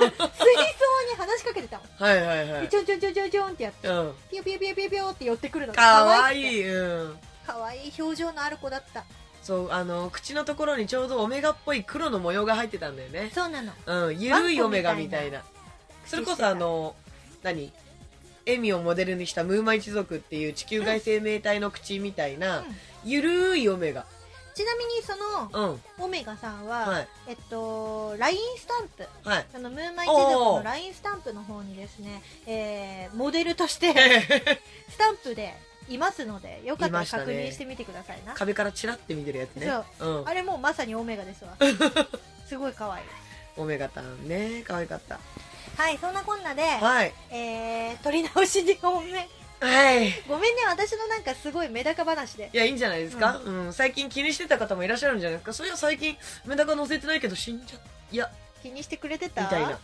[SPEAKER 1] 話しかけてたもん
[SPEAKER 2] はいはいは
[SPEAKER 1] で <laughs>
[SPEAKER 2] い
[SPEAKER 1] ちょんちょんちょんちょんちょんってやって
[SPEAKER 2] うん
[SPEAKER 1] ピヨピヨピヨピヨピヨって寄ってくるの
[SPEAKER 2] 可愛い
[SPEAKER 1] い
[SPEAKER 2] いうん
[SPEAKER 1] かわいい表情のある子だった
[SPEAKER 2] そうあの口のところにちょうどオメガっぽい黒の模様が入ってたんだよね
[SPEAKER 1] そうなの
[SPEAKER 2] うんゆるいオメガみたいな
[SPEAKER 1] ワ
[SPEAKER 2] そ
[SPEAKER 1] ンコみたいな
[SPEAKER 2] れこそあの何エミをモデルにしたムーマ一族っていう地球外生命体の口みたいな、
[SPEAKER 1] うん
[SPEAKER 2] ゆるいオメガ
[SPEAKER 1] ちなみにその
[SPEAKER 2] うん
[SPEAKER 1] オメガさんは、
[SPEAKER 2] はい
[SPEAKER 1] えっと LINE スタンプ
[SPEAKER 2] <laughs> はい
[SPEAKER 1] そのムーマイ一族の LINE スタンプの方にですね、えーモデルとしてスタンプでいますのでよかった
[SPEAKER 2] い
[SPEAKER 1] ら
[SPEAKER 2] ましたね
[SPEAKER 1] 確認してみてくださいな、
[SPEAKER 2] 壁からチラって見てるやつねう、ん、
[SPEAKER 1] あれもうまさにオメガですわすごい可愛い
[SPEAKER 2] オメガタンね可愛かった
[SPEAKER 1] はいそんなこんなで、
[SPEAKER 2] はい
[SPEAKER 1] えー、撮り直しにごめん
[SPEAKER 2] はいい
[SPEAKER 1] ごめんね私のなんかすごいメダカ話で
[SPEAKER 2] やいいんじゃないですか、うん最近気にしてた方もいらっしゃるんじゃないですかそういや最近メダカ乗せてないけど死んじゃいや
[SPEAKER 1] 気にしてくれて
[SPEAKER 2] み
[SPEAKER 1] た
[SPEAKER 2] たい <laughs> な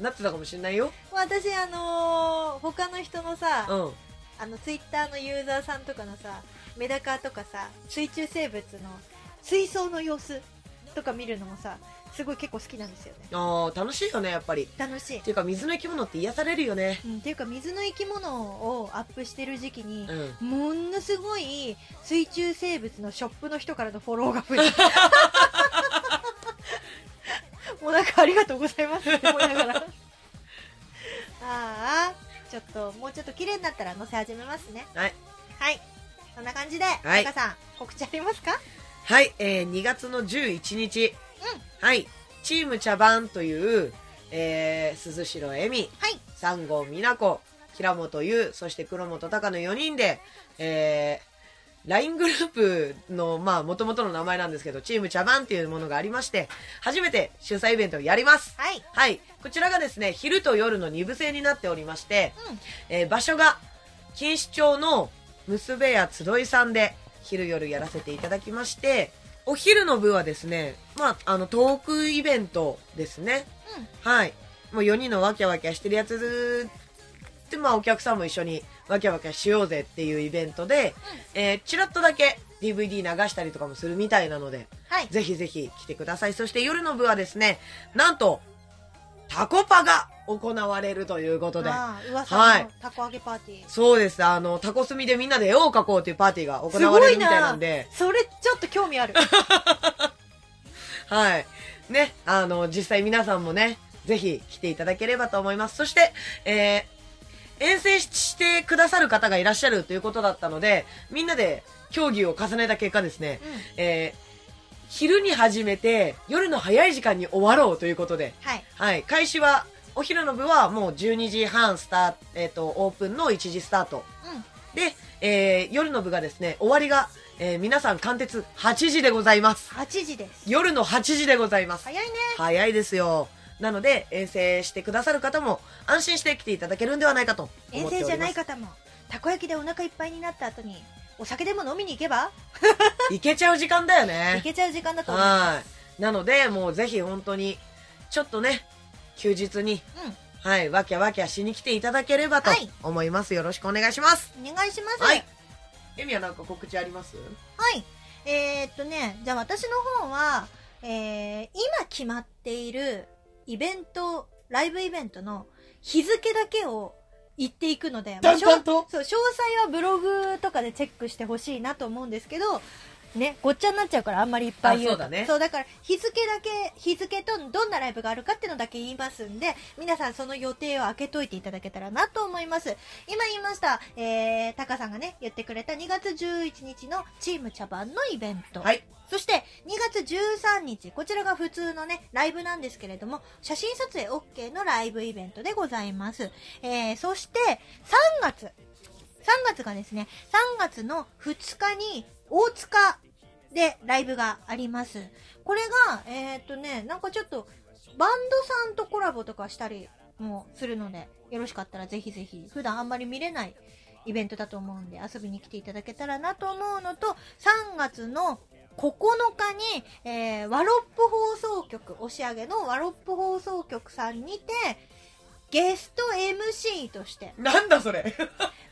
[SPEAKER 2] なってたかもしれないよ
[SPEAKER 1] 私あのー他の人のさ、
[SPEAKER 2] うん
[SPEAKER 1] あのツイッターのユーザーさんとかのさメダカとかさ水中生物の水槽の様子とか見るのもさすごい結構好きなんですよね
[SPEAKER 2] あー楽しいよねやっぱり
[SPEAKER 1] 楽しい
[SPEAKER 2] っ、ていうか水の生き物って癒されるよね
[SPEAKER 1] うん、っていうか水の生き物をアップしてる時期に
[SPEAKER 2] う、ん
[SPEAKER 1] ものすごい水中生物のショップの人からのフォローが増 <laughs> えたもうなんかありがとうございますって思いながらああちょっともうちょっと綺麗になったら載せ始めますね
[SPEAKER 2] はい
[SPEAKER 1] はい。そんな感じで、
[SPEAKER 2] はい
[SPEAKER 1] タカさん、告知ありますか
[SPEAKER 2] はい、えー2月の11日、はいチーム茶番という、えー鈴代恵美
[SPEAKER 1] はい。
[SPEAKER 2] 三郷美奈子平本優そして黒本隆の4人で、えー LINE グループのまあ元々の名前なんですけどチーム茶番っていうものがありまして初めて主催イベントをやります
[SPEAKER 1] はい。
[SPEAKER 2] はいこちらがですね昼と夜の2部制になっておりまして、
[SPEAKER 1] うん
[SPEAKER 2] えー場所が錦糸町の娘や集いさんで昼夜やらせていただきましてお昼の部はですねまああのトークイベントですねはいもう4人のわきゃわきゃしてるやつで、まあ、お客さんも一緒にわきゃわきゃしようぜっていうイベントで、えーちらっとだけ DVD 流したりとかもするみたいなので、
[SPEAKER 1] はい。
[SPEAKER 2] ぜひぜひ来てください。そして夜の部はですね、なんと、タコパが行われるということで、
[SPEAKER 1] ああ、噂
[SPEAKER 2] はい
[SPEAKER 1] のたこ揚げパーティー。
[SPEAKER 2] そうです。あの、タコスミでみんなで絵を描こうというパーティーが行われるみたいなんで、
[SPEAKER 1] それちょっと興 <laughs> 味ある。
[SPEAKER 2] はい。ね、あの、実際皆さんもね、ぜひ来ていただければと思います。そして、えー遠征してくださる方がいらっしゃるということだったので、みんなで競技を重ねた結果ですね、
[SPEAKER 1] うん
[SPEAKER 2] えー昼に始めて、夜の早い時間に終わろうということで、
[SPEAKER 1] はい。
[SPEAKER 2] はい、開始は、お昼の部はもう12時半スタート、えっ、と、オープンの1時スタート。
[SPEAKER 1] うん。
[SPEAKER 2] で、えー夜の部がですね、終わりが、えー皆さん貫徹8時でございます。
[SPEAKER 1] 8時です。
[SPEAKER 2] 夜の8時でございます。
[SPEAKER 1] 早いね。
[SPEAKER 2] 早いですよ。なので、遠征してくださる方も安心して来ていただけるんではないかと思
[SPEAKER 1] 遠
[SPEAKER 2] っております。
[SPEAKER 1] 征じゃない方も、たこ焼きでお腹いっぱいになった後に、お酒でも飲みに行けば、
[SPEAKER 2] 行けちゃう時間だよ
[SPEAKER 1] 行
[SPEAKER 2] ね。
[SPEAKER 1] けちゃう時間だと思う。
[SPEAKER 2] はい。なので、もうぜひ本当に、ちょっとね、休日に、
[SPEAKER 1] う
[SPEAKER 2] はい、わきゃわきゃしに来ていただければと
[SPEAKER 1] はい
[SPEAKER 2] 思います。よろしくお願いします。
[SPEAKER 1] ん。お願いします。
[SPEAKER 2] はい。エミはなんか告知あります
[SPEAKER 1] はい。えーっとね、じゃあ私の方は、えー、今決まっているイベント、ライブイベントの日付だけを言っていくので、まあ
[SPEAKER 2] 淡々と
[SPEAKER 1] 詳そう、詳細はブログとかでチェックしてほしいなと思うんですけど、ね、ごっちゃになっちゃうからあんまりいっぱい言うと
[SPEAKER 2] あそうだね
[SPEAKER 1] そう、だから日付だけ、日付とどんなライブがあるかっていうのだけ言いますんで、皆さんその予定を開けといていただけたらなと思います。今言いました、えー、タカさんがね、言ってくれた2月11日のチーム茶番のイベント。
[SPEAKER 2] はい。
[SPEAKER 1] そして、2月13日、こちらが普通のね、ライブなんですけれども、写真撮影 OK のライブイベントでございます。えー、そして、3月。3月がですね、3月の2日に、大塚でライブがあります。これが、えーっとね、なんかちょっと、バンドさんとコラボとかしたりもするので、よろしかったらぜひぜひ、普段あんまり見れないイベントだと思うんで、遊びに来ていただけたらなと思うのと、3月の9日に、えー、ワロップ放送局、押上のワロップ放送局さんにて、ゲスト MC として、
[SPEAKER 2] なんだそれ。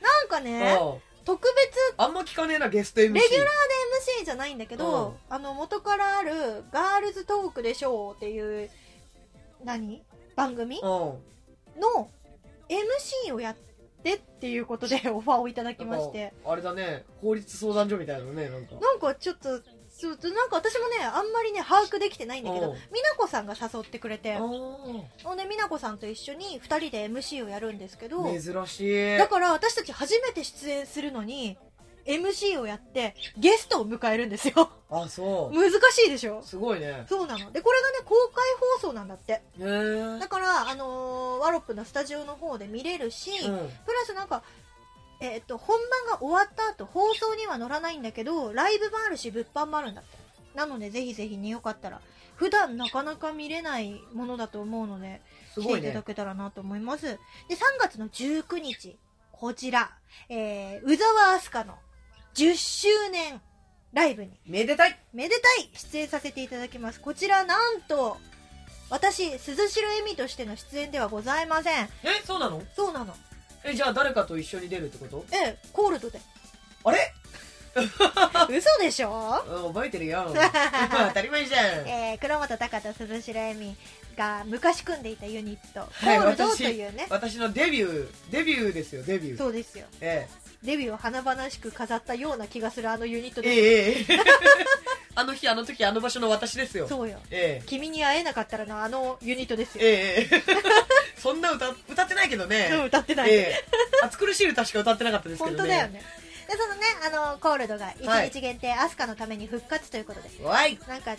[SPEAKER 1] なんかね、
[SPEAKER 2] <laughs> おう
[SPEAKER 1] 特別
[SPEAKER 2] あんま聞かねえな、ゲスト MC。
[SPEAKER 1] レギュラーで MC じゃないんだけど、あの元からあるガールズトークでしょうっていう何番組
[SPEAKER 2] うん。
[SPEAKER 1] の MC をやってっていうことで <laughs> オファーをいただきまして
[SPEAKER 2] なんかあれだね法律相談所みたいなのねなんか
[SPEAKER 1] なんかちょっとちょっとなんか私もねあんまりね把握できてないんだけ
[SPEAKER 2] うん
[SPEAKER 1] ど美奈子さんが誘ってくれて
[SPEAKER 2] あ
[SPEAKER 1] ほんで美奈子さんと一緒に2人で MC をやるんですけど
[SPEAKER 2] 珍しい
[SPEAKER 1] だから私たち初めて出演するのに MC をやってゲストを迎えるんですよ
[SPEAKER 2] あそ
[SPEAKER 1] 難しいでしょ
[SPEAKER 2] うすごいね
[SPEAKER 1] そうなの。で、これがね、公開放送なんだって。
[SPEAKER 2] へえうん
[SPEAKER 1] だから、あのーワロップのスタジオの方で見れるし、プラスなんか、えーっと、本番が終わった後、放送には乗らないんだけど、ライブもあるし、物販もあるんだって。なので、ぜひぜひね、よかったら、普段なかなか見れないものだと思うので、
[SPEAKER 2] す
[SPEAKER 1] 来て
[SPEAKER 2] ご
[SPEAKER 1] い
[SPEAKER 2] い
[SPEAKER 1] ただ
[SPEAKER 2] ね
[SPEAKER 1] けたらなと思います。で、3月の19日、こちら、えー、宇沢明日香の10周年ライブに、
[SPEAKER 2] めでたい
[SPEAKER 1] めでたい出演させていただきますこちらなんと私鈴代恵美としての出演ではございません
[SPEAKER 2] えそうなの
[SPEAKER 1] そうなの
[SPEAKER 2] えじゃあ誰かと一緒に出るってこと
[SPEAKER 1] ええコールドで
[SPEAKER 2] あれ
[SPEAKER 1] 嘘でしょ
[SPEAKER 2] うん覚えてる <laughs> よ当たり前じゃん
[SPEAKER 1] えー、黒本隆と鈴代恵美が昔組んでいたユニット、
[SPEAKER 2] はい
[SPEAKER 1] コールド
[SPEAKER 2] 私
[SPEAKER 1] というね
[SPEAKER 2] 私のデビューデビューですよデビュー
[SPEAKER 1] そうですよ
[SPEAKER 2] え
[SPEAKER 1] デビューを華々しく飾ったような気がするあのユニット
[SPEAKER 2] ええ
[SPEAKER 1] で
[SPEAKER 2] え <laughs> ええあの日あの時あの場所の私ですよ
[SPEAKER 1] そうよ
[SPEAKER 2] え
[SPEAKER 1] 君に会えなかったらのあのユニットですよ、
[SPEAKER 2] えええ <laughs> そんな歌歌ってないけどね
[SPEAKER 1] うん歌ってない、
[SPEAKER 2] ええ、暑苦しい歌しか歌ってなかったですけど
[SPEAKER 1] 本
[SPEAKER 2] ね。
[SPEAKER 1] 当だよねでそのねあのコールドが1日限定、アスカのために復活ということで
[SPEAKER 2] わい。
[SPEAKER 1] なんか2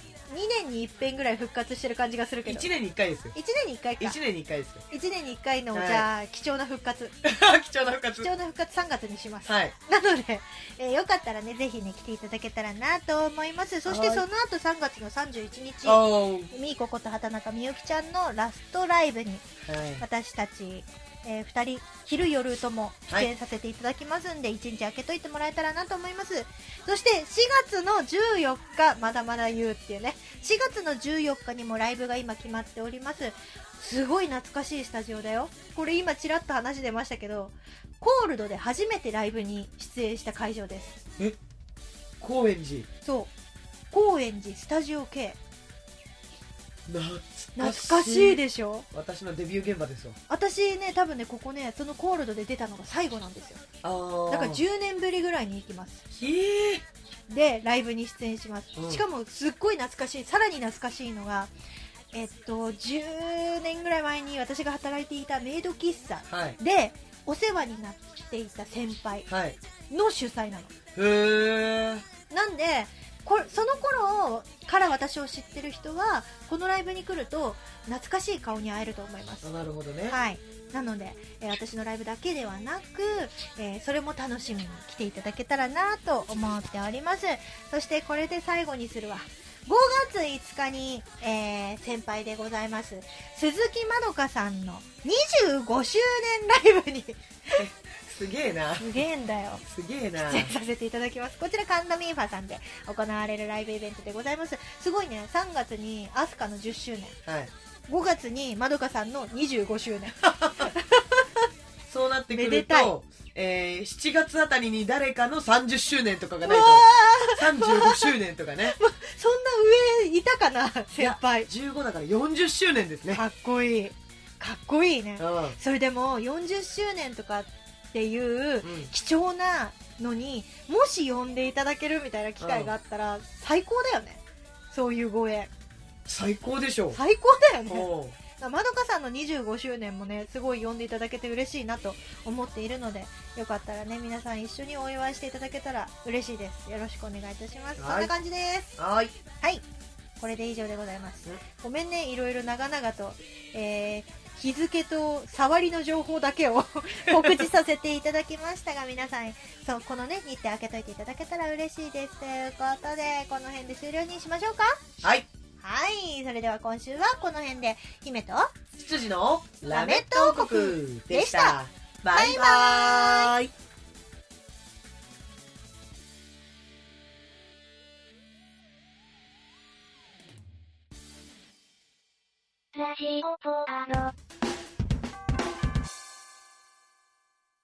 [SPEAKER 1] 年に1遍ぐらい復活してる感じがするけど
[SPEAKER 2] 一
[SPEAKER 1] 1
[SPEAKER 2] 年に一回ですよ。
[SPEAKER 1] 年に1回か
[SPEAKER 2] 一年に一回ですよ。
[SPEAKER 1] 1年に1回のじ
[SPEAKER 2] はい
[SPEAKER 1] ゃあ貴重な復活
[SPEAKER 2] <laughs> 貴重な復
[SPEAKER 1] 貴。
[SPEAKER 2] 活
[SPEAKER 1] 重な復活3月にします
[SPEAKER 2] はい。
[SPEAKER 1] なので、えーよかったらねぜひね来ていただけたらなと思いますそして
[SPEAKER 2] はい
[SPEAKER 1] その後3月の31日
[SPEAKER 2] おー
[SPEAKER 1] みーここと畑中みゆきちゃんのラストライブに
[SPEAKER 2] はい。
[SPEAKER 1] 私たちえー、2人昼夜とも出演させていただきますんで、一1日空けといてもらえたらなと思いますそして4月の14日まだまだ言うっていうね4月の14日にもライブが今決まっておりますすごい懐かしいスタジオだよこれ今ちらっと話出ましたけどコールドで初めてライブに出演した会場です
[SPEAKER 2] 高円寺
[SPEAKER 1] そう高円寺スタジオ K
[SPEAKER 2] 懐
[SPEAKER 1] 懐かしいでしょ
[SPEAKER 2] 私のデビュー現場ですよ
[SPEAKER 1] 私ね多分ねここねそのコールドで出たのが最後なんですよ
[SPEAKER 2] あー
[SPEAKER 1] だから10年ぶりぐらいに行きます
[SPEAKER 2] へえ
[SPEAKER 1] でライブに出演します、
[SPEAKER 2] うん
[SPEAKER 1] しかもすっごい懐かしいさらに懐かしいのがえっと10年ぐらい前に私が働いていたメイド喫茶
[SPEAKER 2] はい
[SPEAKER 1] でお世話になっていた先輩
[SPEAKER 2] はいへ
[SPEAKER 1] の主催なの
[SPEAKER 2] え
[SPEAKER 1] なんでこれその頃から私を知ってる人はこのライブに来ると懐かしい顔に会えると思います
[SPEAKER 2] なるほどね
[SPEAKER 1] はい、なので、えー私のライブだけではなく、えーそれも楽しみに来ていただけたらなと思っておりますそしてこれで最後にするわ5月5日に、えー先輩でございます鈴木まどかさんの25周年ライブに <laughs>
[SPEAKER 2] すげえな
[SPEAKER 1] すげえんだよ
[SPEAKER 2] すげえな
[SPEAKER 1] 出演させていただきますこちら神田ミーファさんで行われるライブイベントでございますすごいね3月にアスカの10周年
[SPEAKER 2] はい
[SPEAKER 1] 5月にまどかさんの25周年
[SPEAKER 2] そうなってく
[SPEAKER 1] めで
[SPEAKER 2] る
[SPEAKER 1] たい
[SPEAKER 2] と、えー、7月あたりに誰かの30周年とかがないと35周年とかね
[SPEAKER 1] そんな上いたかな先輩
[SPEAKER 2] 15だから40周年ですね
[SPEAKER 1] かっこいいかっこいいね
[SPEAKER 2] うん、うん、
[SPEAKER 1] それでも40周年とかっていう貴重なのにもし呼んでいただけるみたいな機会があったら最高だよねそういうご縁
[SPEAKER 2] 最高でしょ
[SPEAKER 1] 最高だよ
[SPEAKER 2] う
[SPEAKER 1] ね
[SPEAKER 2] おう
[SPEAKER 1] まどかさんの25周年もねすごい呼んでいただけて嬉しいなと思っているのでよかったらね皆さん一緒にお祝いしていただけたら嬉しいですよろしくお願いいたしますそん
[SPEAKER 2] はい
[SPEAKER 1] な感じです
[SPEAKER 2] はーい
[SPEAKER 1] はい、これで以上でございます
[SPEAKER 2] うん。
[SPEAKER 1] ごめんね、いろいろ長々と、えー日付と触りの情報だけを <laughs> 告知させていただきましたが、皆さん、そう、このね、日程開けといていただけたら嬉しいです。ということで、この辺で終了にしましょうか。
[SPEAKER 2] はい
[SPEAKER 1] はい、それでは今週はこの辺で、姫と、
[SPEAKER 2] 羊のラメット王国で
[SPEAKER 1] し
[SPEAKER 2] した
[SPEAKER 1] た
[SPEAKER 2] バイバーイ
[SPEAKER 3] ラジオポアド。